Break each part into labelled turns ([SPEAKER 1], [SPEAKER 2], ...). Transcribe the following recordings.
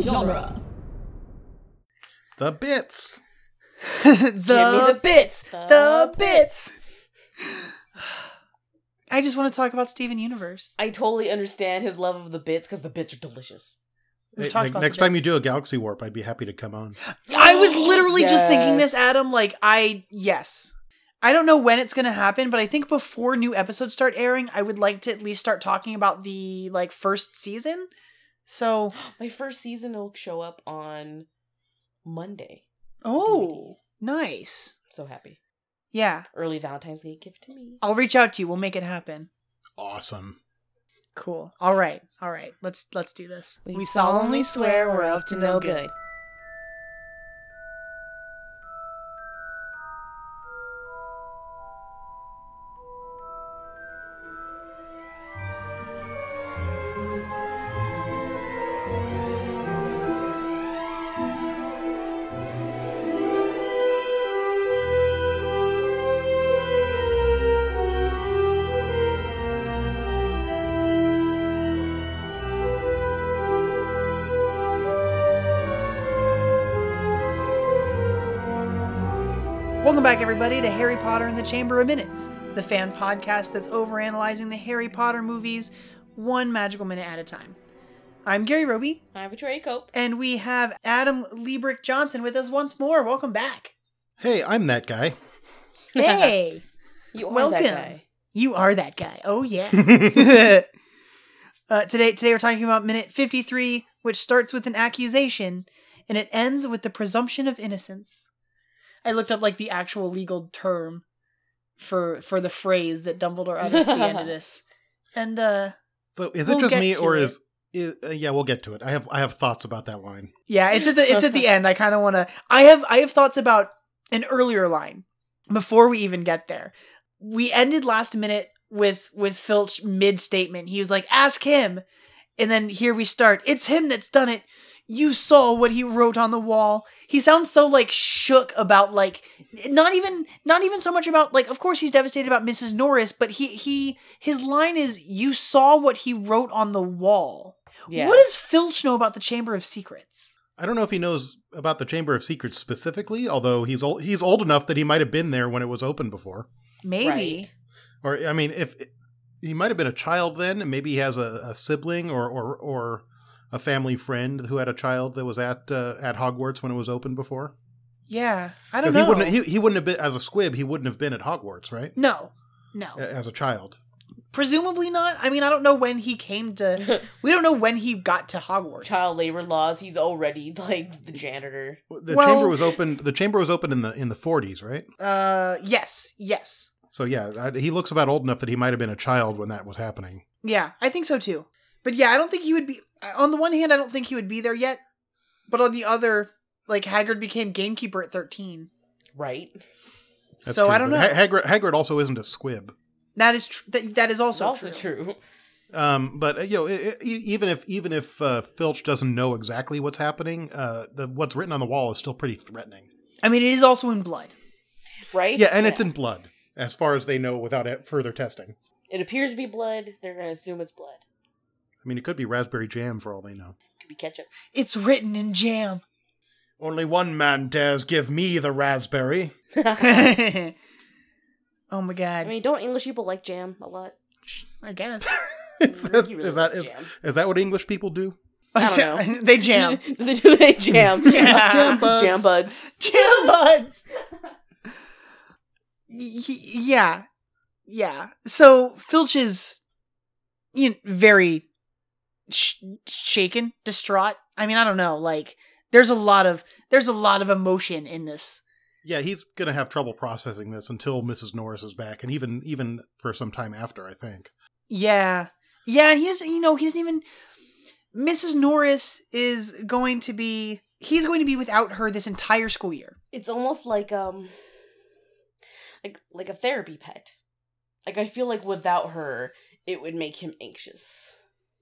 [SPEAKER 1] genre.
[SPEAKER 2] The bits.
[SPEAKER 1] Give me the
[SPEAKER 3] the
[SPEAKER 1] bits. The bits.
[SPEAKER 3] I just want to talk about Steven Universe.
[SPEAKER 1] I totally understand his love of the bits because the bits are delicious.
[SPEAKER 3] We've
[SPEAKER 2] Hey,
[SPEAKER 3] talked
[SPEAKER 2] ne-
[SPEAKER 3] about
[SPEAKER 2] next
[SPEAKER 3] the
[SPEAKER 2] time you
[SPEAKER 3] bits.
[SPEAKER 2] do a galaxy warp, I'd be happy to come on.
[SPEAKER 3] I was literally just thinking this,
[SPEAKER 1] Yes.
[SPEAKER 3] Adam. Like, I, yes. I don't know when it's going to happen, but I think before new episodes start airing, I would like to at least start talking about the, like, first season. So,
[SPEAKER 1] My first season will show up on Monday.
[SPEAKER 3] oh, nice.
[SPEAKER 1] So happy.
[SPEAKER 3] Yeah.
[SPEAKER 1] Early Valentine's Day gift to me.
[SPEAKER 3] I'll reach out to you. We'll make it happen.
[SPEAKER 2] Awesome.
[SPEAKER 3] Cool. All right. All right. Let's let's do this. Welcome back, everybody, to Harry Potter and the Chamber of Minutes, the fan podcast that's overanalyzing the Harry Potter movies one magical minute at a time. I'm Gary Roby,
[SPEAKER 1] I have a tray cope.
[SPEAKER 3] and we have Adam Liebrick Johnson with us once more. Welcome back.
[SPEAKER 2] Hey, I'm that guy.
[SPEAKER 3] Hey,
[SPEAKER 1] You are
[SPEAKER 3] Welcome.
[SPEAKER 1] that guy.
[SPEAKER 3] you are that guy. Oh, yeah. uh, today, today, we're talking about minute 53, which starts with an accusation and it ends with the presumption of innocence. I looked up like the actual legal term for for the phrase that Dumbledore utters at the end of this. And uh
[SPEAKER 2] So is
[SPEAKER 3] We'll
[SPEAKER 2] it just
[SPEAKER 3] get
[SPEAKER 2] me
[SPEAKER 3] to
[SPEAKER 2] or
[SPEAKER 3] it.
[SPEAKER 2] is, is uh, yeah, we'll get to it. I have I have thoughts about that line.
[SPEAKER 3] yeah, it's at the it's at the end. I kind of want to I have I have thoughts about an earlier line before we even get there. We ended last minute with with Filch mid statement. He was like, "Ask him." And then here we start. It's him that's done it. You saw what he wrote on the wall. He sounds so like shook about like not even not even so much about like of course he's devastated about Mrs. Norris, but he he his line is you saw what he wrote on the wall.
[SPEAKER 1] Yeah.
[SPEAKER 3] What does Filch know about the Chamber of Secrets?
[SPEAKER 2] I don't know if he knows about the Chamber of Secrets specifically, although he's old he's old enough that he might have been there when it was open before.
[SPEAKER 3] Maybe.
[SPEAKER 2] Or I mean, if he might have been a child then, and maybe he has a, a sibling or, or or a family friend who had a child that was at uh, at Hogwarts when it was open before.
[SPEAKER 3] Yeah. I don't
[SPEAKER 2] Because
[SPEAKER 3] know.
[SPEAKER 2] he wouldn't he, he wouldn't have been as a squib. He wouldn't have been at Hogwarts, right?
[SPEAKER 3] no. No.
[SPEAKER 2] A- As a child.
[SPEAKER 3] Presumably not. I mean, I don't know when he came to we don't know when he got to Hogwarts.
[SPEAKER 1] Child labor laws. He's already like the janitor.
[SPEAKER 2] The
[SPEAKER 3] Well-
[SPEAKER 2] chamber was open. The chamber was open in the in the forties, right?
[SPEAKER 3] Uh yes, yes.
[SPEAKER 2] So yeah, I, he looks about old enough that he might have been a child when that was happening.
[SPEAKER 3] Yeah, I think so too. But yeah, I don't think he would be on the one hand I don't think he would be there yet, but on the other like Haggard became gamekeeper at 13.
[SPEAKER 1] Right.
[SPEAKER 2] That's
[SPEAKER 3] so
[SPEAKER 2] true,
[SPEAKER 3] I don't know.
[SPEAKER 2] but Ha- Hagrid, Hagrid also isn't a squib.
[SPEAKER 3] that is tr- that, that is
[SPEAKER 1] It's
[SPEAKER 3] also,
[SPEAKER 1] also
[SPEAKER 3] true.
[SPEAKER 1] true.
[SPEAKER 2] Um, but uh, you know, i i even if even if uh, Filch doesn't know exactly what's happening, uh, the, what's written on the wall is still pretty threatening.
[SPEAKER 3] I mean, it is also in blood.
[SPEAKER 1] Right?
[SPEAKER 2] Yeah, and it's in blood, as far as they know, without it- further testing.
[SPEAKER 1] It appears to be blood. They're gonna assume it's blood.
[SPEAKER 2] I mean, it could be raspberry jam for all they know.
[SPEAKER 1] Could be ketchup.
[SPEAKER 3] It's written in jam.
[SPEAKER 2] Only one man dares give me the raspberry.
[SPEAKER 1] I
[SPEAKER 3] oh my god. I,
[SPEAKER 1] mean, don't English people like jam a lot?
[SPEAKER 3] guess.
[SPEAKER 2] is, that,
[SPEAKER 1] You really
[SPEAKER 2] is, that,
[SPEAKER 1] like
[SPEAKER 2] is,
[SPEAKER 1] jam.
[SPEAKER 2] is that what English people do?
[SPEAKER 1] I don't
[SPEAKER 3] they jam.
[SPEAKER 1] they do they jam.
[SPEAKER 3] Yeah.
[SPEAKER 2] Jam buds.
[SPEAKER 1] Jam buds.
[SPEAKER 3] jam buds. Y- y- yeah, yeah. So Filch is you know, very sh- shaken, distraught. I mean, I don't know. Like, there's a lot of there's a lot of emotion in this.
[SPEAKER 2] Yeah, he's gonna have trouble processing this until Mrs. Norris is back, and even even for some time after, I think.
[SPEAKER 3] Yeah, yeah. And he doesn't. You know, he doesn't even. Mrs. Norris is going to be. He's going to be without her this entire school year.
[SPEAKER 1] It's almost like um like like a therapy pet. Like I feel like without her, it would make him anxious.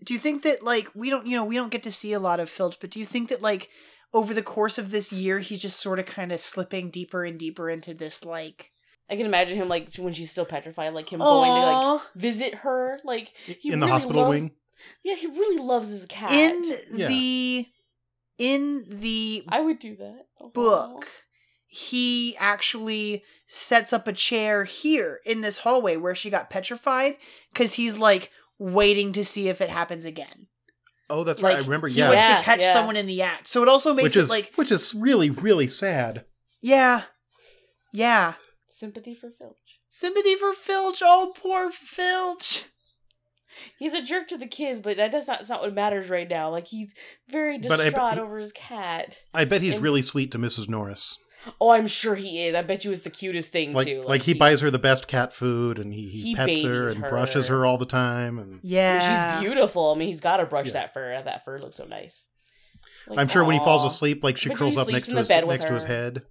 [SPEAKER 3] do you think that like we don't you know we don't get to see a lot of filch but do you think that like over the course of this year he's just sort of kind of slipping deeper and deeper into this like
[SPEAKER 1] I can imagine him like when she's still petrified, like him going to like
[SPEAKER 3] Aw.
[SPEAKER 1] visit her. Like he
[SPEAKER 2] in the
[SPEAKER 1] really
[SPEAKER 2] hospital
[SPEAKER 1] loves-
[SPEAKER 2] wing.
[SPEAKER 1] Yeah, he really loves his cat.
[SPEAKER 3] in
[SPEAKER 2] Yeah.
[SPEAKER 3] the in the
[SPEAKER 1] I would do that. Aw.
[SPEAKER 3] book, he actually sets up a chair here in this hallway where she got petrified because he's like waiting to see if it happens again.
[SPEAKER 2] Oh, that's
[SPEAKER 3] like,
[SPEAKER 2] right. I remember.
[SPEAKER 3] He
[SPEAKER 2] Yeah,
[SPEAKER 3] wants
[SPEAKER 1] Yeah,
[SPEAKER 3] to catch
[SPEAKER 1] yeah.
[SPEAKER 3] someone in the act. So it also makes
[SPEAKER 2] which
[SPEAKER 3] it
[SPEAKER 2] is
[SPEAKER 3] like,
[SPEAKER 2] which is really really sad.
[SPEAKER 3] yeah, yeah.
[SPEAKER 1] Sympathy for Filch.
[SPEAKER 3] Sympathy for Filch. Oh, poor Filch.
[SPEAKER 1] He's a jerk to the kids, but that does not. That's not what matters right now. Like he's very
[SPEAKER 2] But I-
[SPEAKER 1] distraught
[SPEAKER 2] he-
[SPEAKER 1] over his cat.
[SPEAKER 2] I bet he's
[SPEAKER 1] And-
[SPEAKER 2] really sweet to Mrs. Norris.
[SPEAKER 1] Oh, I'm sure he is. I bet you it's the cutest thing
[SPEAKER 2] Like
[SPEAKER 1] too.
[SPEAKER 2] like, he
[SPEAKER 1] he's-
[SPEAKER 2] buys her the best cat food, and he, he,
[SPEAKER 1] He
[SPEAKER 2] pets her
[SPEAKER 1] babies
[SPEAKER 2] and brushes
[SPEAKER 1] her.
[SPEAKER 2] her all the time. And
[SPEAKER 3] Yeah.
[SPEAKER 1] She's beautiful. I mean, he's got to brush
[SPEAKER 2] Yeah.
[SPEAKER 1] that fur. That fur looks so nice. Like,
[SPEAKER 2] I'm sure when he falls
[SPEAKER 1] aw.
[SPEAKER 2] asleep, like she
[SPEAKER 1] But he
[SPEAKER 2] curls up
[SPEAKER 1] sleeps
[SPEAKER 2] next
[SPEAKER 1] in
[SPEAKER 2] to
[SPEAKER 1] the
[SPEAKER 2] his
[SPEAKER 1] bed with
[SPEAKER 2] next to his
[SPEAKER 1] her.
[SPEAKER 2] head.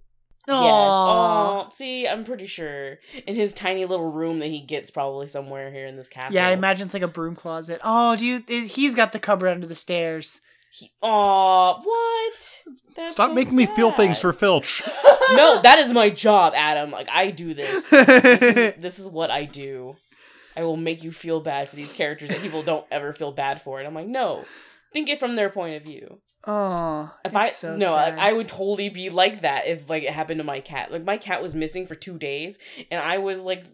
[SPEAKER 3] Aw.
[SPEAKER 1] Yes. Oh, see, I'm pretty sure in his tiny little room that he gets probably somewhere here in this castle.
[SPEAKER 3] Yeah, I imagine it's like a broom closet. Oh, do you? it- He's got the cupboard under the stairs.
[SPEAKER 1] Aw, what? That's
[SPEAKER 2] Stop
[SPEAKER 1] so
[SPEAKER 2] making me feel things
[SPEAKER 1] sad.
[SPEAKER 2] for Filch.
[SPEAKER 1] No, that is my job, Adam. Like I do this. this, is, this is what I do. I will make you feel bad for these characters that people don't ever feel bad for. And I'm like, no, think it from their point of view.
[SPEAKER 3] Oh,
[SPEAKER 1] If I no, like, I would totally be like that if like it happened to my cat. Like my cat was missing for two days, and I was like,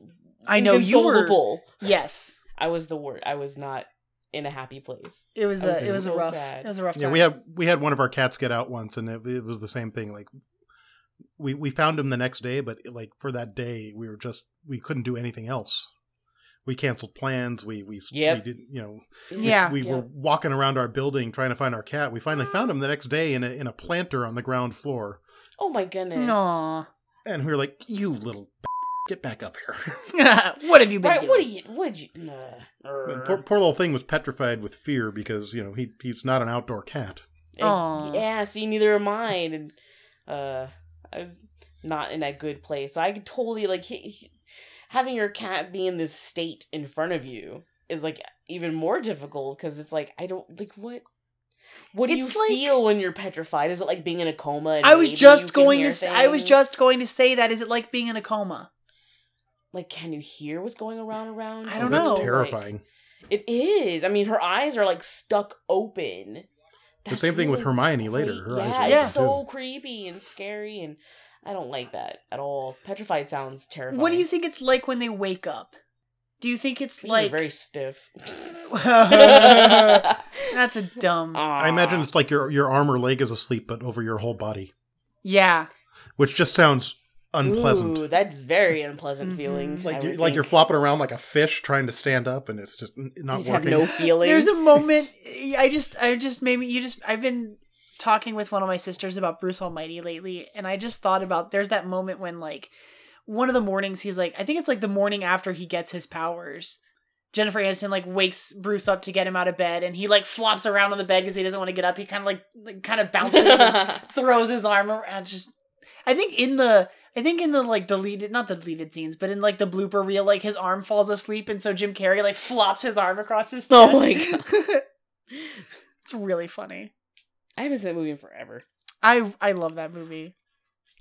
[SPEAKER 3] I know you were-
[SPEAKER 1] inconsolable.
[SPEAKER 3] yes,
[SPEAKER 1] I was the wor I was not in a happy place.
[SPEAKER 3] it was
[SPEAKER 1] I
[SPEAKER 3] a
[SPEAKER 1] was
[SPEAKER 3] it was a
[SPEAKER 1] so
[SPEAKER 3] rough
[SPEAKER 1] sad.
[SPEAKER 3] it was a rough
[SPEAKER 2] Yeah,
[SPEAKER 3] time.
[SPEAKER 2] we have we had one of our cats get out once, and it, it was the same thing. Like we we found him the next day, but like for that day, we were just we couldn't do anything else. We canceled plans. We we,
[SPEAKER 1] Yep.
[SPEAKER 2] we did you know
[SPEAKER 3] Yeah.
[SPEAKER 2] we were walking around our building trying to find our cat. We finally found him the next day in a in a planter on the ground floor,
[SPEAKER 1] Oh my goodness.
[SPEAKER 3] Aw.
[SPEAKER 2] and we were like, "You little get back up here!"
[SPEAKER 3] what have you been
[SPEAKER 1] Right?
[SPEAKER 3] doing?
[SPEAKER 1] What do you? Would you? Nah.
[SPEAKER 2] And poor, poor little thing was petrified with fear because you know he he's not an outdoor cat.
[SPEAKER 1] It's-
[SPEAKER 3] Aw.
[SPEAKER 1] yeah, see, neither am I, and uh, I was not in that good place. So I could totally like he, he- having your cat be in this state in front of you is like even more difficult because it's like I don't like what. What do
[SPEAKER 3] It's
[SPEAKER 1] you
[SPEAKER 3] like-
[SPEAKER 1] feel when you're petrified? Is it like being in a coma? and
[SPEAKER 3] I was
[SPEAKER 1] maybe you
[SPEAKER 3] just
[SPEAKER 1] can
[SPEAKER 3] going to
[SPEAKER 1] hear
[SPEAKER 3] s I I was
[SPEAKER 1] things?
[SPEAKER 3] just going to say that. Is it like being in a coma?
[SPEAKER 1] Like, can you hear what's going around around?
[SPEAKER 3] I
[SPEAKER 1] you?
[SPEAKER 3] don't
[SPEAKER 2] Oh, that's
[SPEAKER 3] know, like-
[SPEAKER 2] terrifying.
[SPEAKER 1] Like, it is. I mean, her eyes are like stuck open.
[SPEAKER 2] the same thing with
[SPEAKER 1] really
[SPEAKER 2] Hermione
[SPEAKER 1] Creep-
[SPEAKER 2] later. Her
[SPEAKER 1] yeah,
[SPEAKER 2] eyes are
[SPEAKER 1] it's
[SPEAKER 2] open,
[SPEAKER 1] so
[SPEAKER 2] too.
[SPEAKER 1] creepy and scary, and I don't like that at all. Petrified sounds terrifying.
[SPEAKER 3] What do you think it's like when they wake up? Do you think it's
[SPEAKER 1] These are
[SPEAKER 3] like?
[SPEAKER 1] very stiff.
[SPEAKER 3] That's a
[SPEAKER 1] Um,
[SPEAKER 3] dumb.
[SPEAKER 2] I
[SPEAKER 1] Uh,
[SPEAKER 2] imagine it's like your your arm or leg is asleep, but over your whole body,
[SPEAKER 3] Yeah.
[SPEAKER 2] which just sounds unpleasant.
[SPEAKER 1] Ooh, that's very unpleasant
[SPEAKER 3] Mhm.
[SPEAKER 1] feeling. I
[SPEAKER 2] like you,
[SPEAKER 1] would
[SPEAKER 2] like you're
[SPEAKER 1] think.
[SPEAKER 2] flopping around like a fish trying to stand up, and it's just n-
[SPEAKER 1] You
[SPEAKER 2] not
[SPEAKER 1] just have
[SPEAKER 2] working.
[SPEAKER 1] no feeling.
[SPEAKER 3] There's a moment I just I just maybe you just I've been talking with one of my sisters about Bruce Almighty lately and I just thought about there's that moment when like one of the mornings he's like I think it's like the morning after he gets his powers. Jennifer Aniston like wakes Bruce up to get him out of bed and he like flops around on the bed because he doesn't want to get up. He kind of like, like kind of bounces and throws his arm around just I think in the I think in the like deleted not the deleted scenes, but in like the blooper reel, like his arm falls asleep and so Jim Carrey like flops his arm across his chest.
[SPEAKER 1] Oh my
[SPEAKER 3] god. it's really funny.
[SPEAKER 1] I haven't seen that movie in forever.
[SPEAKER 3] I I love that movie.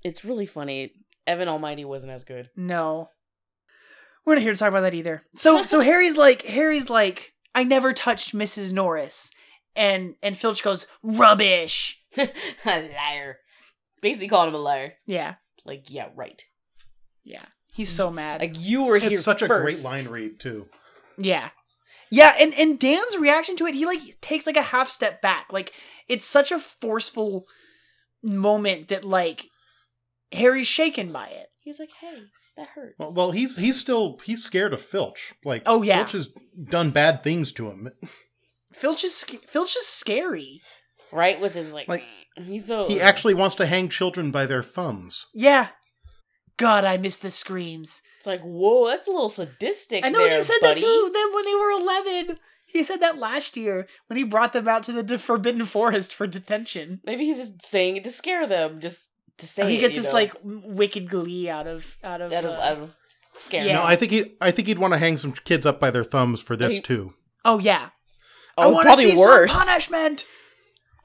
[SPEAKER 1] It's really funny. Evan Almighty wasn't as good.
[SPEAKER 3] No. We're not here to talk about that either. So so Harry's like Harry's like, I never touched Mrs. Norris. And and Filch goes, rubbish.
[SPEAKER 1] liar. Basically calling him a liar.
[SPEAKER 3] Yeah.
[SPEAKER 1] Like, yeah, right.
[SPEAKER 3] Yeah. He's so mad.
[SPEAKER 1] Like you were here.
[SPEAKER 2] It's such a great
[SPEAKER 1] first.
[SPEAKER 2] line read too.
[SPEAKER 3] Yeah. Yeah, and and Dan's reaction to it, he like takes like a half step back. Like it's such a forceful moment that like Harry's shaken by it.
[SPEAKER 1] He's like, hey, that hurts.
[SPEAKER 2] Well, well, he's he's still he's scared of Filch. Like
[SPEAKER 3] Oh, yeah.
[SPEAKER 2] Filch has done bad things to him.
[SPEAKER 3] Filch is sc- Filch is scary.
[SPEAKER 1] right with his like,
[SPEAKER 2] Like,
[SPEAKER 1] he's so
[SPEAKER 2] He actually wants to hang children by their thumbs.
[SPEAKER 3] Yeah. God, I miss the screams.
[SPEAKER 1] it's like whoa that's a little sadistic
[SPEAKER 3] I know
[SPEAKER 1] there,
[SPEAKER 3] and he said that
[SPEAKER 1] buddy.
[SPEAKER 3] too. Then when they were eleven, he said that last year when he brought them out to the de- Forbidden Forest for detention.
[SPEAKER 1] maybe he's just saying it to scare them just to say
[SPEAKER 3] he
[SPEAKER 1] it,
[SPEAKER 3] gets
[SPEAKER 1] you
[SPEAKER 3] this
[SPEAKER 1] know,
[SPEAKER 3] like wicked glee out of out of,
[SPEAKER 1] out of,
[SPEAKER 3] uh,
[SPEAKER 1] out of scare
[SPEAKER 3] Yeah.
[SPEAKER 2] No,
[SPEAKER 1] them.
[SPEAKER 2] I think he I think he'd want to hang some kids up by their thumbs for this
[SPEAKER 1] He-
[SPEAKER 2] too.
[SPEAKER 3] oh yeah.
[SPEAKER 1] oh,
[SPEAKER 3] I
[SPEAKER 1] it's
[SPEAKER 3] want to
[SPEAKER 1] probably
[SPEAKER 3] see
[SPEAKER 1] worse
[SPEAKER 3] some punishment.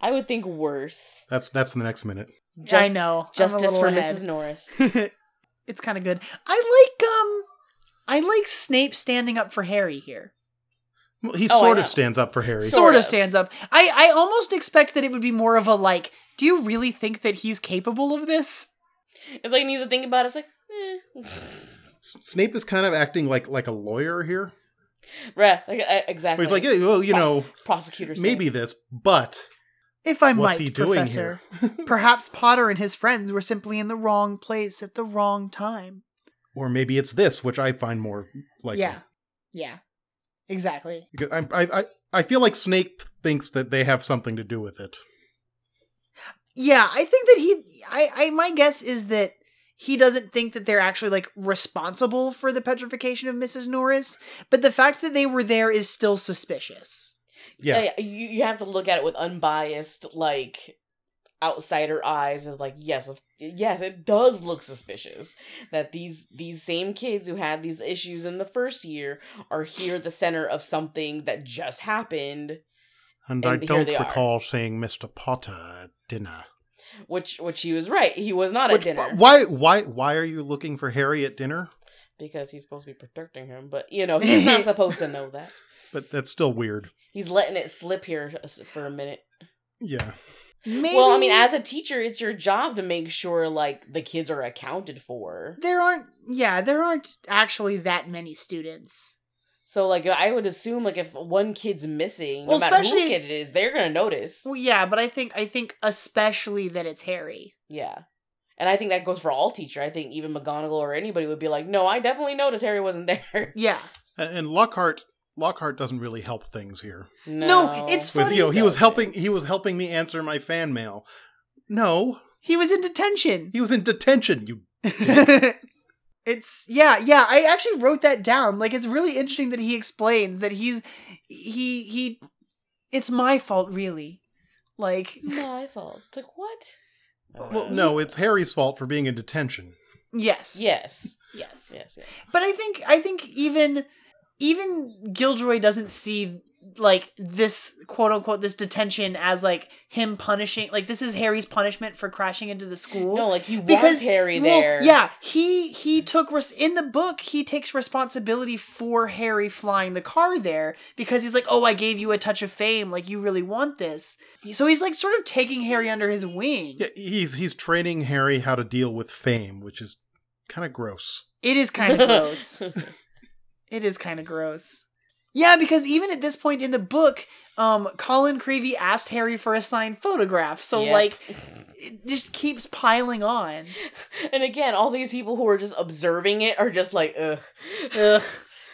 [SPEAKER 1] i would think worse
[SPEAKER 2] That's that's in the next minute.
[SPEAKER 1] Just-
[SPEAKER 3] I know
[SPEAKER 1] justice for mrs norris
[SPEAKER 3] Mrs. it's kind of good. I like um, I like Snape standing up for Harry here.
[SPEAKER 2] Well, he
[SPEAKER 1] Oh, I
[SPEAKER 2] sort
[SPEAKER 1] know.
[SPEAKER 2] of stands up for Harry.
[SPEAKER 1] So-
[SPEAKER 3] sort
[SPEAKER 1] Sort
[SPEAKER 3] of
[SPEAKER 1] of.
[SPEAKER 3] stands up. I, I almost expect that it would be more of a like, do you really think that he's capable of this?
[SPEAKER 1] It's like eh. he needs to think about it. It's like,
[SPEAKER 2] S- Snape is kind of acting like like a lawyer here.
[SPEAKER 1] eh. Right. Like, uh, exactly.
[SPEAKER 2] Where he's like, yeah, well, you
[SPEAKER 1] Pos-
[SPEAKER 2] know,
[SPEAKER 1] prosecutor. Snape.
[SPEAKER 2] maybe this, but
[SPEAKER 3] If I
[SPEAKER 2] what's
[SPEAKER 3] might,
[SPEAKER 2] he doing
[SPEAKER 3] Professor. Perhaps Potter and his friends were simply in the wrong place at the wrong time.
[SPEAKER 2] here? Or maybe it's this, which I find more like.
[SPEAKER 3] yeah. Yeah. Exactly.
[SPEAKER 2] Because I'm- I, I I feel like Snape thinks that they have something to do with it.
[SPEAKER 3] Yeah, I think that he I, I my guess is that he doesn't think that they're actually like responsible for the petrification of Mrs. Norris, but the fact that they were there is still suspicious.
[SPEAKER 2] Yeah.
[SPEAKER 1] Uh, you, you have to look at it with unbiased, like outsider eyes. Is like, yes, of, yes, it does look suspicious that these these same kids who had these issues in the first year are here at the center of something that just happened,
[SPEAKER 2] And,
[SPEAKER 1] And
[SPEAKER 2] I
[SPEAKER 1] here
[SPEAKER 2] don't
[SPEAKER 1] they are.
[SPEAKER 2] recall seeing Mr. Potter at dinner.
[SPEAKER 1] which which he was right. He was not
[SPEAKER 2] Which-
[SPEAKER 1] at dinner
[SPEAKER 2] Why why why are you looking for Harry at dinner?
[SPEAKER 1] because he's supposed to be protecting him, but you know he's not supposed to know that.
[SPEAKER 2] But that's still weird.
[SPEAKER 1] He's letting it slip here s- for a minute.
[SPEAKER 2] Yeah.
[SPEAKER 3] Maybe
[SPEAKER 1] Well, I mean, as a teacher, it's your job to make sure like the kids are accounted for.
[SPEAKER 3] there aren't yeah there aren't actually that many students
[SPEAKER 1] So like I would assume like if one kid's missing,
[SPEAKER 3] Well,
[SPEAKER 1] no matter who
[SPEAKER 3] especially-
[SPEAKER 1] kid it is, they're gonna notice.
[SPEAKER 3] well yeah but i think i think especially that it's harry
[SPEAKER 1] Yeah. And I think that goes for all teacher. I think even McGonagall or anybody would be like, No, I definitely noticed Harry wasn't there.
[SPEAKER 3] yeah
[SPEAKER 2] And, and Lockhart Lockhart doesn't really help things here.
[SPEAKER 1] no.
[SPEAKER 3] it's
[SPEAKER 2] With,
[SPEAKER 3] Funny
[SPEAKER 2] you know, he was
[SPEAKER 1] doesn't.
[SPEAKER 2] helping he was helping me answer my fan mail. No,
[SPEAKER 3] he was in detention
[SPEAKER 2] he was in detention, you
[SPEAKER 3] it's yeah yeah i actually wrote that down like it's really interesting that he explains that he's he he it's my fault really like
[SPEAKER 1] my fault. It's like what?
[SPEAKER 3] Oh,
[SPEAKER 2] Well, no, it's Harry's fault for being in detention.
[SPEAKER 3] yes
[SPEAKER 1] Yes.
[SPEAKER 3] yes
[SPEAKER 1] Yes, yes.
[SPEAKER 3] but i think i think even even gilderoy doesn't see like this quote unquote this detention as like him punishing like this is harry's punishment for crashing into the school
[SPEAKER 1] No, like you
[SPEAKER 3] Because-
[SPEAKER 1] wants Harry
[SPEAKER 3] Well,
[SPEAKER 1] there.
[SPEAKER 3] yeah he he took res- in the book he takes responsibility for harry flying the car there because he's like oh i gave you a touch of fame like you really want this so he's like sort of taking harry under his wing
[SPEAKER 2] Yeah, he's he's training Harry how to deal with fame, which is kind of gross.
[SPEAKER 3] it is kind of gross It is kind of gross. Yeah, because even at this point in the book, um, Colin Creevy asked Harry for a signed photograph. So
[SPEAKER 1] Yep.
[SPEAKER 3] like, it just keeps piling on.
[SPEAKER 1] And again, all these people who are just observing it are just like, ugh.
[SPEAKER 3] Ugh.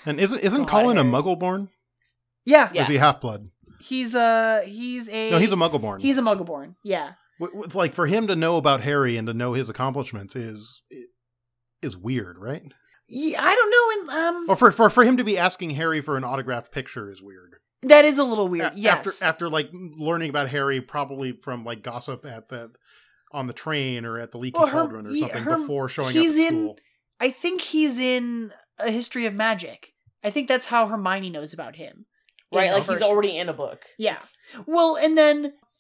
[SPEAKER 2] And isn't isn't
[SPEAKER 1] God,
[SPEAKER 2] Colin a
[SPEAKER 1] Harry.
[SPEAKER 2] Muggleborn?
[SPEAKER 3] Yeah,
[SPEAKER 2] Or
[SPEAKER 1] Yeah.
[SPEAKER 2] is he half blood?
[SPEAKER 3] he's a he's a
[SPEAKER 2] No, he's a Muggleborn.
[SPEAKER 3] he's a Muggleborn. Yeah,
[SPEAKER 2] W- w- It's like for him to know about Harry and to know his accomplishments is is weird, right?
[SPEAKER 3] yeah. I don't know, and um,
[SPEAKER 2] Or for for, for him to be asking Harry for an autographed picture is weird.
[SPEAKER 3] that is a little weird.
[SPEAKER 2] A-
[SPEAKER 3] yes,
[SPEAKER 2] After after like learning about Harry probably from like gossip at the on the train or at the leaky
[SPEAKER 3] Well, her-
[SPEAKER 2] cauldron or
[SPEAKER 3] ye-
[SPEAKER 2] something
[SPEAKER 3] her-
[SPEAKER 2] before showing up at
[SPEAKER 3] he's in-
[SPEAKER 2] school.
[SPEAKER 3] I think he's in a History of Magic. I think that's how Hermione knows about him. in
[SPEAKER 1] right?
[SPEAKER 3] the
[SPEAKER 1] Like he's
[SPEAKER 3] first
[SPEAKER 1] already in a book.
[SPEAKER 3] Yeah. Well, and then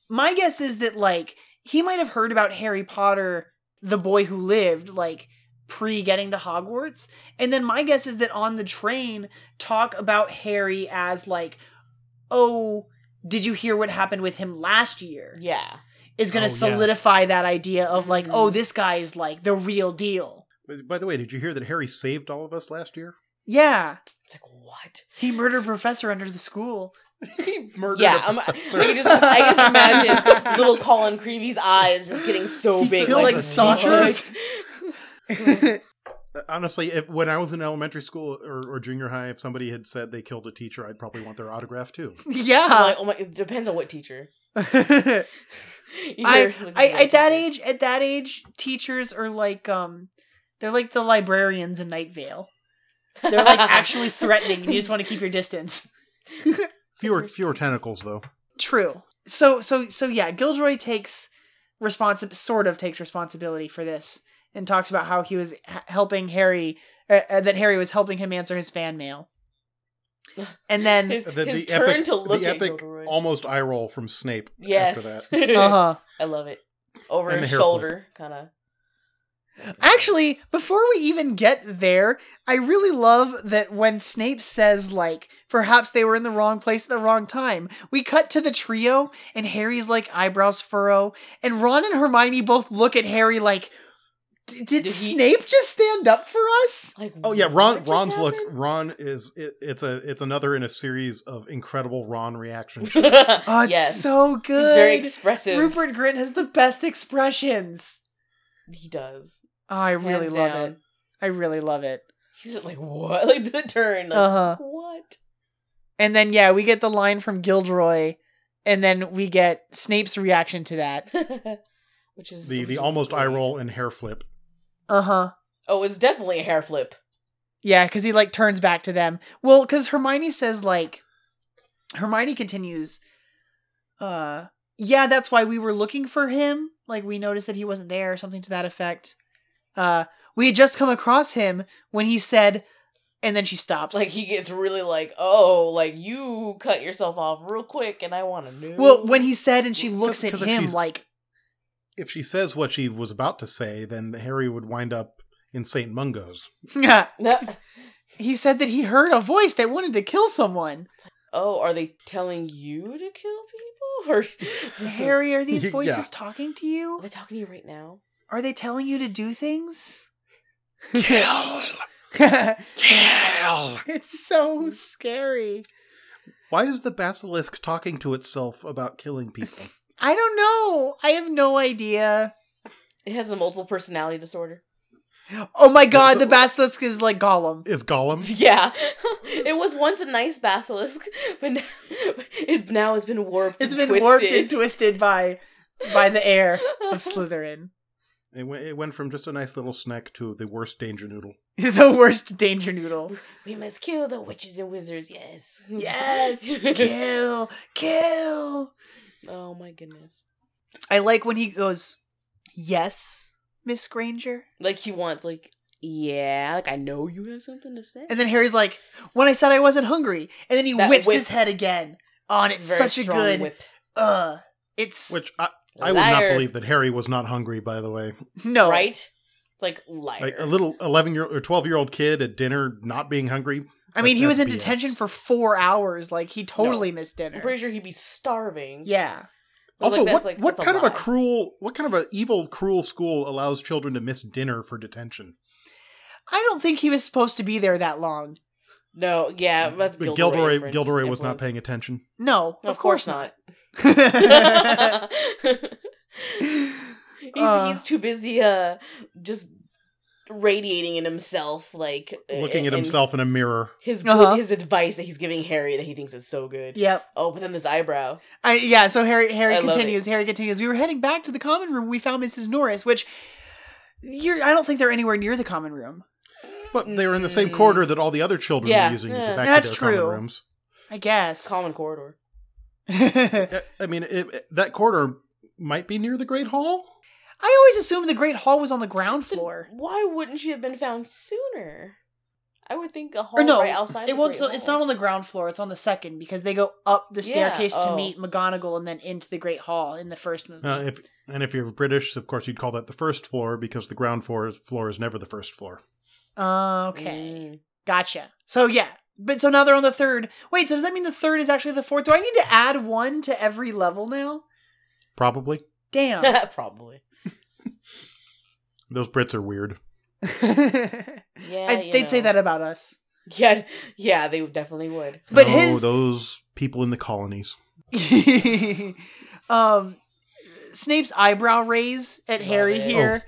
[SPEAKER 3] my guess is that like he might have heard about Harry Potter, the boy who lived, like pre getting to Hogwarts. And then my guess is that on the train, talk about Harry as like, oh, did you hear what happened with him last year?
[SPEAKER 1] Yeah.
[SPEAKER 3] Is going
[SPEAKER 2] Oh,
[SPEAKER 3] to
[SPEAKER 2] yeah.
[SPEAKER 3] solidify that idea of like,
[SPEAKER 1] Mhm.
[SPEAKER 3] oh, this guy is like the real deal.
[SPEAKER 2] By- By the way, did you hear that Harry saved all of us last year?
[SPEAKER 3] Yeah.
[SPEAKER 1] It's like, what?
[SPEAKER 3] He murdered Professor under the school.
[SPEAKER 2] he murdered
[SPEAKER 1] yeah,
[SPEAKER 2] a
[SPEAKER 1] I'm, I
[SPEAKER 2] professor.
[SPEAKER 1] can just I can just imagine little Colin Creevy's eyes just getting so
[SPEAKER 3] Still
[SPEAKER 1] big,
[SPEAKER 2] like
[SPEAKER 1] like,
[SPEAKER 3] saucers.
[SPEAKER 1] saucers.
[SPEAKER 2] Uh, Honestly, if, when I was in elementary school or, or junior high, if somebody had said they killed a teacher, I'd probably want their autograph too.
[SPEAKER 1] like,
[SPEAKER 3] yeah.
[SPEAKER 1] oh my! It depends on what teacher.
[SPEAKER 3] I,
[SPEAKER 1] Either-
[SPEAKER 3] I
[SPEAKER 1] like,
[SPEAKER 3] at that
[SPEAKER 1] teacher.
[SPEAKER 3] age at that age teachers are like um they're like the librarians in Night Vale. They're like actually threatening and you just want to keep your distance.
[SPEAKER 2] Fewer fewer tentacles though.
[SPEAKER 3] True. So so so yeah, Gilroy takes responsi- sort of takes responsibility for this and talks about how he was h- helping Harry uh, uh, that Harry was helping him answer his fan mail. And then
[SPEAKER 1] his,
[SPEAKER 2] The,
[SPEAKER 1] his
[SPEAKER 2] the
[SPEAKER 1] turn
[SPEAKER 2] epic,
[SPEAKER 1] to look
[SPEAKER 2] the
[SPEAKER 1] at
[SPEAKER 2] epic
[SPEAKER 1] Gilderoy.
[SPEAKER 2] almost eye roll from Snape.
[SPEAKER 1] yes,
[SPEAKER 2] after
[SPEAKER 3] uh-huh.
[SPEAKER 1] I love it. Over
[SPEAKER 2] And the
[SPEAKER 1] his
[SPEAKER 2] hair flip.
[SPEAKER 1] shoulder, kind of.
[SPEAKER 3] Actually, before we even get there, I really love that when Snape says, like, perhaps they were in the wrong place at the wrong time, we cut to the trio, and Harry's, like, eyebrows furrow, and Ron and Hermione both look at Harry like, "D- did,
[SPEAKER 1] Did he-
[SPEAKER 3] Snape just stand up for us?
[SPEAKER 1] Like,
[SPEAKER 2] Oh yeah,
[SPEAKER 1] what
[SPEAKER 2] Ron.
[SPEAKER 1] just
[SPEAKER 2] Ron's look.
[SPEAKER 1] happened?
[SPEAKER 2] Ron is it, it's a it's another in a series of incredible Ron reaction. shots.
[SPEAKER 3] Oh, it's
[SPEAKER 1] yes,
[SPEAKER 3] so
[SPEAKER 1] he's
[SPEAKER 3] good.
[SPEAKER 1] very expressive.
[SPEAKER 3] Rupert Grint has the best expressions.
[SPEAKER 1] he does.
[SPEAKER 3] Oh, I really
[SPEAKER 1] Hands
[SPEAKER 3] love
[SPEAKER 1] down.
[SPEAKER 3] it. I really love it.
[SPEAKER 1] He's like what? Like the turn. Like,
[SPEAKER 3] Uh huh.
[SPEAKER 1] What?
[SPEAKER 3] And then yeah, we get the line from Gilderoy, and then we get Snape's reaction to that.
[SPEAKER 1] which is
[SPEAKER 2] the
[SPEAKER 1] which
[SPEAKER 2] the
[SPEAKER 1] is
[SPEAKER 2] almost
[SPEAKER 1] great.
[SPEAKER 2] eye roll and hair flip.
[SPEAKER 3] Uh huh.
[SPEAKER 1] Oh, it's definitely a hair flip.
[SPEAKER 3] Yeah, because he like turns back to them. Well, because Hermione says like, Hermione continues, uh, yeah, that's why we were looking for him. Like we noticed that he wasn't there, or something to that effect. Uh, we had just come across him when he said, and then she stops.
[SPEAKER 1] Like he gets really like, oh, like you cut yourself off real quick, and I want to know.
[SPEAKER 3] well, when he said, and she looks
[SPEAKER 2] 'Cause-
[SPEAKER 3] at
[SPEAKER 2] 'cause if
[SPEAKER 3] him
[SPEAKER 2] she's-
[SPEAKER 3] like,
[SPEAKER 2] If she says what she was about to say, then Harry would wind up in Saint Mungo's.
[SPEAKER 3] he said that he heard a voice that wanted to kill someone.
[SPEAKER 1] oh, are they telling you to kill people? Or
[SPEAKER 3] Harry, are these
[SPEAKER 2] Yeah.
[SPEAKER 3] voices talking to
[SPEAKER 1] are
[SPEAKER 3] you?
[SPEAKER 1] they talking to you right now?
[SPEAKER 3] Are they telling you to do things?
[SPEAKER 2] Kill,
[SPEAKER 3] it's
[SPEAKER 2] kill.
[SPEAKER 3] so scary.
[SPEAKER 2] Why is the basilisk talking to itself about killing people?
[SPEAKER 3] I don't know. I have no idea.
[SPEAKER 1] It has a multiple personality disorder.
[SPEAKER 3] Oh my god,
[SPEAKER 2] so-
[SPEAKER 3] the basilisk is like Gollum.
[SPEAKER 2] Is Gollum?
[SPEAKER 1] Yeah, it was once a nice basilisk, but now, it now has been warped.
[SPEAKER 3] It's
[SPEAKER 1] and
[SPEAKER 3] been
[SPEAKER 1] twisted.
[SPEAKER 3] warped and twisted by by the air of Slytherin.
[SPEAKER 2] It went, it went from just a nice little snack to the worst danger noodle.
[SPEAKER 3] the worst danger noodle.
[SPEAKER 1] we must kill the witches and wizards. Yes,
[SPEAKER 3] Yes, kill, kill.
[SPEAKER 1] oh my goodness!
[SPEAKER 3] I like when he goes, "Yes, Miss Granger."
[SPEAKER 1] Like he wants, like yeah, like I know you have something to say.
[SPEAKER 3] And then Harry's like, "When I said I wasn't hungry," and then he
[SPEAKER 1] That
[SPEAKER 3] whips
[SPEAKER 1] whip.
[SPEAKER 3] his head again. Oh, and it's
[SPEAKER 1] Very
[SPEAKER 3] such a
[SPEAKER 1] strong
[SPEAKER 3] good.
[SPEAKER 1] whip.
[SPEAKER 3] Uh, it's
[SPEAKER 2] Which I, I would not
[SPEAKER 1] Liar.
[SPEAKER 2] believe that Harry was not hungry. By the way,
[SPEAKER 3] no
[SPEAKER 1] right? It's Like liar.
[SPEAKER 2] like a little eleven year or twelve year old kid at dinner not being hungry.
[SPEAKER 3] I mean, he
[SPEAKER 2] That's
[SPEAKER 3] was in
[SPEAKER 2] BS.
[SPEAKER 3] detention for four hours. Like he totally missed dinner.
[SPEAKER 1] I'm pretty sure he'd be starving.
[SPEAKER 3] yeah,
[SPEAKER 1] But, like,
[SPEAKER 2] also,
[SPEAKER 1] that's,
[SPEAKER 2] what
[SPEAKER 1] like,
[SPEAKER 2] what
[SPEAKER 1] that's
[SPEAKER 2] kind of a
[SPEAKER 1] lie.
[SPEAKER 2] cruel, what kind of a evil, cruel school allows children to miss dinner for detention?
[SPEAKER 3] I don't think he was supposed to be there that long.
[SPEAKER 1] No, yeah, that's
[SPEAKER 2] But
[SPEAKER 1] Gilderoy.
[SPEAKER 2] Gilderoy,
[SPEAKER 1] inference-
[SPEAKER 2] Gilderoy was not
[SPEAKER 1] influence.
[SPEAKER 2] paying attention.
[SPEAKER 3] No,
[SPEAKER 1] No,
[SPEAKER 3] of, course,
[SPEAKER 1] not.
[SPEAKER 3] not.
[SPEAKER 1] he's
[SPEAKER 3] Uh.
[SPEAKER 1] he's too busy uh just radiating in himself, like uh,
[SPEAKER 2] Looking at
[SPEAKER 1] and
[SPEAKER 2] himself in a mirror.
[SPEAKER 1] His good,
[SPEAKER 3] Uh-huh.
[SPEAKER 1] his advice that he's giving Harry that he thinks is so good.
[SPEAKER 3] yep.
[SPEAKER 1] Oh, but then this eyebrow.
[SPEAKER 3] I, yeah. So Harry Harry
[SPEAKER 1] I love it.
[SPEAKER 3] continues. Harry continues. We were heading back to the common room. We found Mrs. Norris, which you're. I don't think they're anywhere near the common room.
[SPEAKER 2] But they were in the same
[SPEAKER 1] Mm.
[SPEAKER 2] corridor that all the other children
[SPEAKER 1] Yeah,
[SPEAKER 2] were using to
[SPEAKER 1] yeah.
[SPEAKER 2] get back
[SPEAKER 3] That's
[SPEAKER 2] to their common
[SPEAKER 3] true.
[SPEAKER 2] rooms.
[SPEAKER 3] I guess.
[SPEAKER 1] Common corridor.
[SPEAKER 2] I- I mean, it, it- that corridor might be near the Great Hall.
[SPEAKER 3] I always assumed the Great Hall was on the ground
[SPEAKER 1] Then
[SPEAKER 3] floor.
[SPEAKER 1] Why wouldn't she have been found sooner? I would think a hall
[SPEAKER 3] Or no,
[SPEAKER 1] right outside.
[SPEAKER 3] It
[SPEAKER 1] the
[SPEAKER 3] won't.
[SPEAKER 1] Great
[SPEAKER 3] So it's
[SPEAKER 1] Hall.
[SPEAKER 3] not on the ground floor. It's on the second because they go up the
[SPEAKER 1] Yeah,
[SPEAKER 3] staircase to
[SPEAKER 1] oh.
[SPEAKER 3] meet McGonagall and then into the Great Hall in the first movie.
[SPEAKER 2] Uh, if and if you're British, of course, you'd call that the first floor because the ground floor is, floor is never the first floor.
[SPEAKER 3] Uh, okay,
[SPEAKER 1] Mm.
[SPEAKER 3] gotcha. So yeah, but so now they're on the third. Wait, so does that mean the third is actually the fourth? Do I need to add one to every level now?
[SPEAKER 2] Probably
[SPEAKER 3] Damn.
[SPEAKER 1] Probably.
[SPEAKER 2] those Brits are weird.
[SPEAKER 1] Yeah,
[SPEAKER 3] I,
[SPEAKER 1] you
[SPEAKER 3] they'd say
[SPEAKER 1] know.
[SPEAKER 3] that about us.
[SPEAKER 1] Yeah, yeah, they definitely would.
[SPEAKER 3] But
[SPEAKER 2] oh,
[SPEAKER 3] his
[SPEAKER 2] those people in the colonies.
[SPEAKER 3] um Snape's eyebrow raise at
[SPEAKER 1] Love
[SPEAKER 3] Harry
[SPEAKER 1] it.
[SPEAKER 3] here.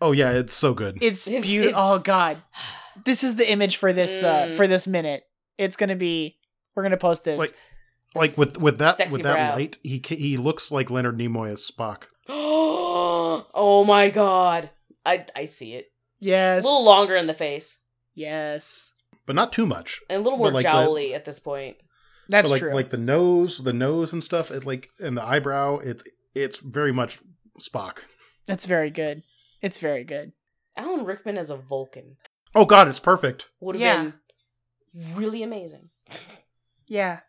[SPEAKER 2] Oh yeah, it's so good.
[SPEAKER 3] It's
[SPEAKER 1] It's-
[SPEAKER 3] beautiful.
[SPEAKER 1] it's-
[SPEAKER 3] Oh god. This is the image for this uh
[SPEAKER 1] Mm.
[SPEAKER 3] for this minute. It's going to be we're going to post this.
[SPEAKER 2] Like- like with with that
[SPEAKER 1] Sexy
[SPEAKER 2] with that
[SPEAKER 1] brow.
[SPEAKER 2] light, he ca- he looks like Leonard Nimoy as Spock.
[SPEAKER 1] oh my god. I I see it. A
[SPEAKER 3] yes.
[SPEAKER 1] little longer in the face.
[SPEAKER 3] Yes.
[SPEAKER 2] but not too much.
[SPEAKER 1] And a little
[SPEAKER 2] But
[SPEAKER 1] more
[SPEAKER 2] like the-
[SPEAKER 1] jowly at this point.
[SPEAKER 3] That's
[SPEAKER 2] But like
[SPEAKER 3] true.
[SPEAKER 2] like the nose, the nose and stuff, it like and the eyebrow, it's it's very much Spock.
[SPEAKER 3] That's very good. It's very good.
[SPEAKER 1] Alan Rickman as a Vulcan
[SPEAKER 2] Oh god, it's perfect.
[SPEAKER 1] would have
[SPEAKER 3] Yeah.
[SPEAKER 1] been really amazing.
[SPEAKER 3] Yeah.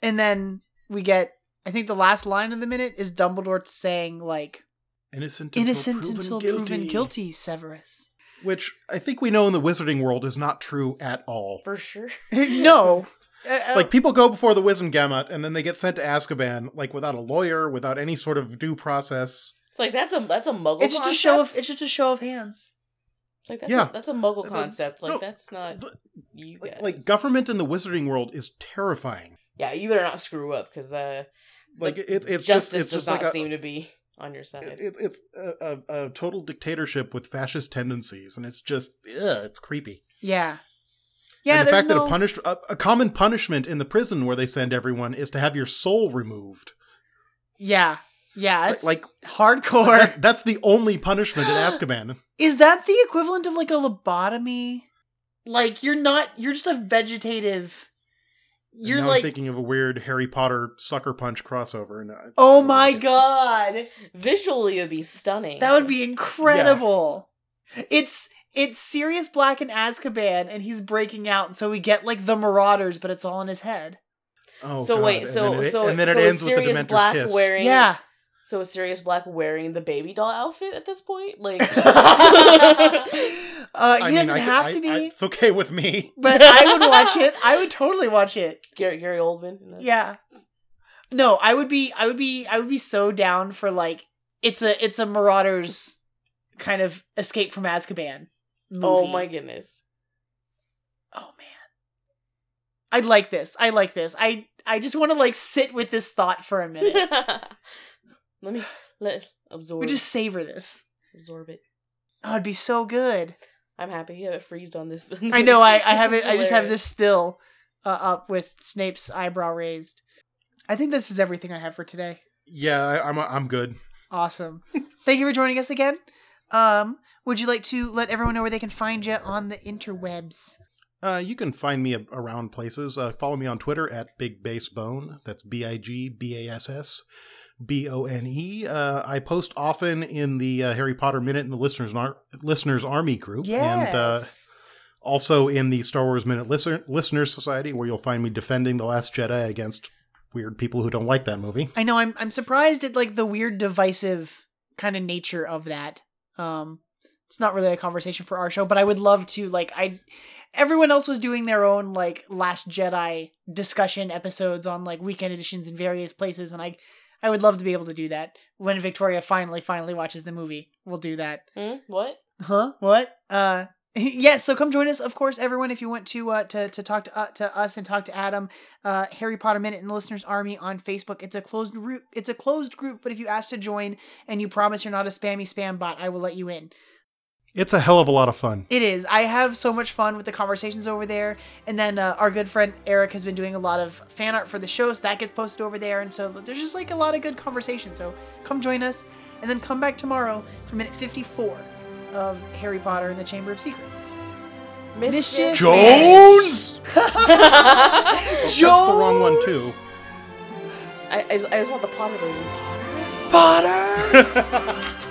[SPEAKER 3] And then we get I think the last line of the minute is Dumbledore saying like
[SPEAKER 2] Innocent until
[SPEAKER 3] Innocent
[SPEAKER 2] proven
[SPEAKER 3] until
[SPEAKER 2] guilty.
[SPEAKER 3] proven guilty, Severus.
[SPEAKER 2] Which I think we know in the wizarding world is not true at all.
[SPEAKER 1] for sure.
[SPEAKER 3] no. Uh, uh,
[SPEAKER 2] Like people go before the Wizengamot and then they get sent to Azkaban, like without a lawyer, without any sort of due process.
[SPEAKER 1] It's like that's a that's a Muggle.
[SPEAKER 3] it's just a
[SPEAKER 1] concept.
[SPEAKER 3] show of it's just a show of hands.
[SPEAKER 1] like that's
[SPEAKER 2] yeah.
[SPEAKER 1] a, that's a Muggle
[SPEAKER 2] Uh,
[SPEAKER 1] concept. Like
[SPEAKER 2] no,
[SPEAKER 1] that's not
[SPEAKER 2] the-
[SPEAKER 1] you
[SPEAKER 2] Like,
[SPEAKER 1] guys.
[SPEAKER 2] like government in the wizarding world is terrifying.
[SPEAKER 1] yeah, you better not screw up because uh,
[SPEAKER 2] Like
[SPEAKER 1] But
[SPEAKER 2] it, it's just
[SPEAKER 1] justice
[SPEAKER 2] it's
[SPEAKER 1] does
[SPEAKER 2] just
[SPEAKER 1] not
[SPEAKER 2] like a,
[SPEAKER 1] seem to be on your side.
[SPEAKER 2] it, it- it's a, a, a total dictatorship with fascist tendencies, and it's just ugh, it's creepy.
[SPEAKER 3] Yeah. Yeah,
[SPEAKER 2] and the
[SPEAKER 3] there's
[SPEAKER 2] fact that
[SPEAKER 3] no,
[SPEAKER 2] a, punished, a, a common punishment in the prison where they send everyone is to have your soul removed.
[SPEAKER 3] Yeah. Yeah, it's like
[SPEAKER 2] like-
[SPEAKER 3] hardcore.
[SPEAKER 2] That- that's the only punishment in Azkaban.
[SPEAKER 3] Is that the equivalent of like a lobotomy? Like you're not you're just a vegetative you're
[SPEAKER 2] now I'm
[SPEAKER 3] like
[SPEAKER 2] thinking of a weird Harry Potter sucker punch crossover. And I-
[SPEAKER 3] Oh my god.
[SPEAKER 1] Visually, it'd be stunning.
[SPEAKER 3] That would be incredible. It's it's Sirius Black in Azkaban and he's breaking out and so we get like the Marauders but it's all in his head.
[SPEAKER 2] Oh,
[SPEAKER 1] so
[SPEAKER 2] God.
[SPEAKER 1] wait,
[SPEAKER 2] And
[SPEAKER 1] so
[SPEAKER 2] then it-
[SPEAKER 1] so
[SPEAKER 2] and then it
[SPEAKER 1] so is
[SPEAKER 2] ends with the
[SPEAKER 1] Sirius
[SPEAKER 2] Dementor's
[SPEAKER 1] Black
[SPEAKER 2] kiss.
[SPEAKER 1] wearing
[SPEAKER 3] Yeah.
[SPEAKER 1] So is Sirius Black wearing the baby doll outfit at this point? Like
[SPEAKER 3] uh, he
[SPEAKER 2] I mean,
[SPEAKER 3] doesn't
[SPEAKER 2] I-
[SPEAKER 3] have
[SPEAKER 2] I-
[SPEAKER 3] to be,
[SPEAKER 2] I- it's okay with me.
[SPEAKER 3] but I would watch it. I would totally watch it.
[SPEAKER 1] Gary, Gary Oldman. you know?
[SPEAKER 3] Yeah. No, I would be I would be I would be so down for like it's a it's a Marauders kind of escape from Azkaban. Movie.
[SPEAKER 1] Oh my goodness.
[SPEAKER 3] Oh man. I like this. I like this. I I just want to like sit with this thought for a minute.
[SPEAKER 1] let me let absorb
[SPEAKER 3] we just savor this.
[SPEAKER 1] absorb it.
[SPEAKER 3] Oh, it'd be so good.
[SPEAKER 1] I'm happy you have it freezed on this.
[SPEAKER 3] I know. I I have
[SPEAKER 1] It's
[SPEAKER 3] it. I just have
[SPEAKER 1] hilarious.
[SPEAKER 3] this still uh, up with Snape's eyebrow raised. I think this is everything I have for today.
[SPEAKER 2] Yeah, I, I'm I'm good.
[SPEAKER 3] Awesome. Thank you for joining us again. Um, would you like to let everyone know where they can find you on the interwebs?
[SPEAKER 2] Uh, you can find me a- around places. Uh, follow me on Twitter at Big Bass Bone. That's B I G B A S S B O N E. Uh, I post often in the uh, Harry Potter Minute and the listeners Ar- listeners Army group,
[SPEAKER 3] Yes.
[SPEAKER 2] and uh, also in the Star Wars Minute Listen- Listeners Society, where you'll find me defending the Last Jedi against weird people who don't like that movie.
[SPEAKER 3] I know. I'm I'm surprised at like the weird divisive kind of nature of that. Um, it's not really a conversation for our show, but I would love to like I. Everyone else was doing their own like Last Jedi discussion episodes on like weekend editions in various places, and I I would love to be able to do that when Victoria finally finally watches the movie. We'll do that.
[SPEAKER 1] Hmm? What?
[SPEAKER 3] Huh? What? Uh yes, so come join us, of course, everyone, if you want to uh to, to talk to uh, to us and talk to Adam, uh Harry Potter Minute and the Listeners Army on Facebook. It's a closed root it's a closed group, but if you ask to join and you promise you're not a spammy spam bot, I will let you in.
[SPEAKER 2] It's a hell of a lot of fun.
[SPEAKER 3] It is. I have so much fun with the conversations over there. And then uh, our good friend Eric has been doing a lot of fan art for the show, so that gets posted over there. And so there's just like a lot of good conversation. So come join us and then come back tomorrow for minute 54 of Harry Potter and the Chamber of Secrets. Mischief.
[SPEAKER 2] Jones.
[SPEAKER 1] I,
[SPEAKER 2] That's the wrong one too.
[SPEAKER 1] I, just, I just want the pot of the
[SPEAKER 3] Potter!
[SPEAKER 2] Potter.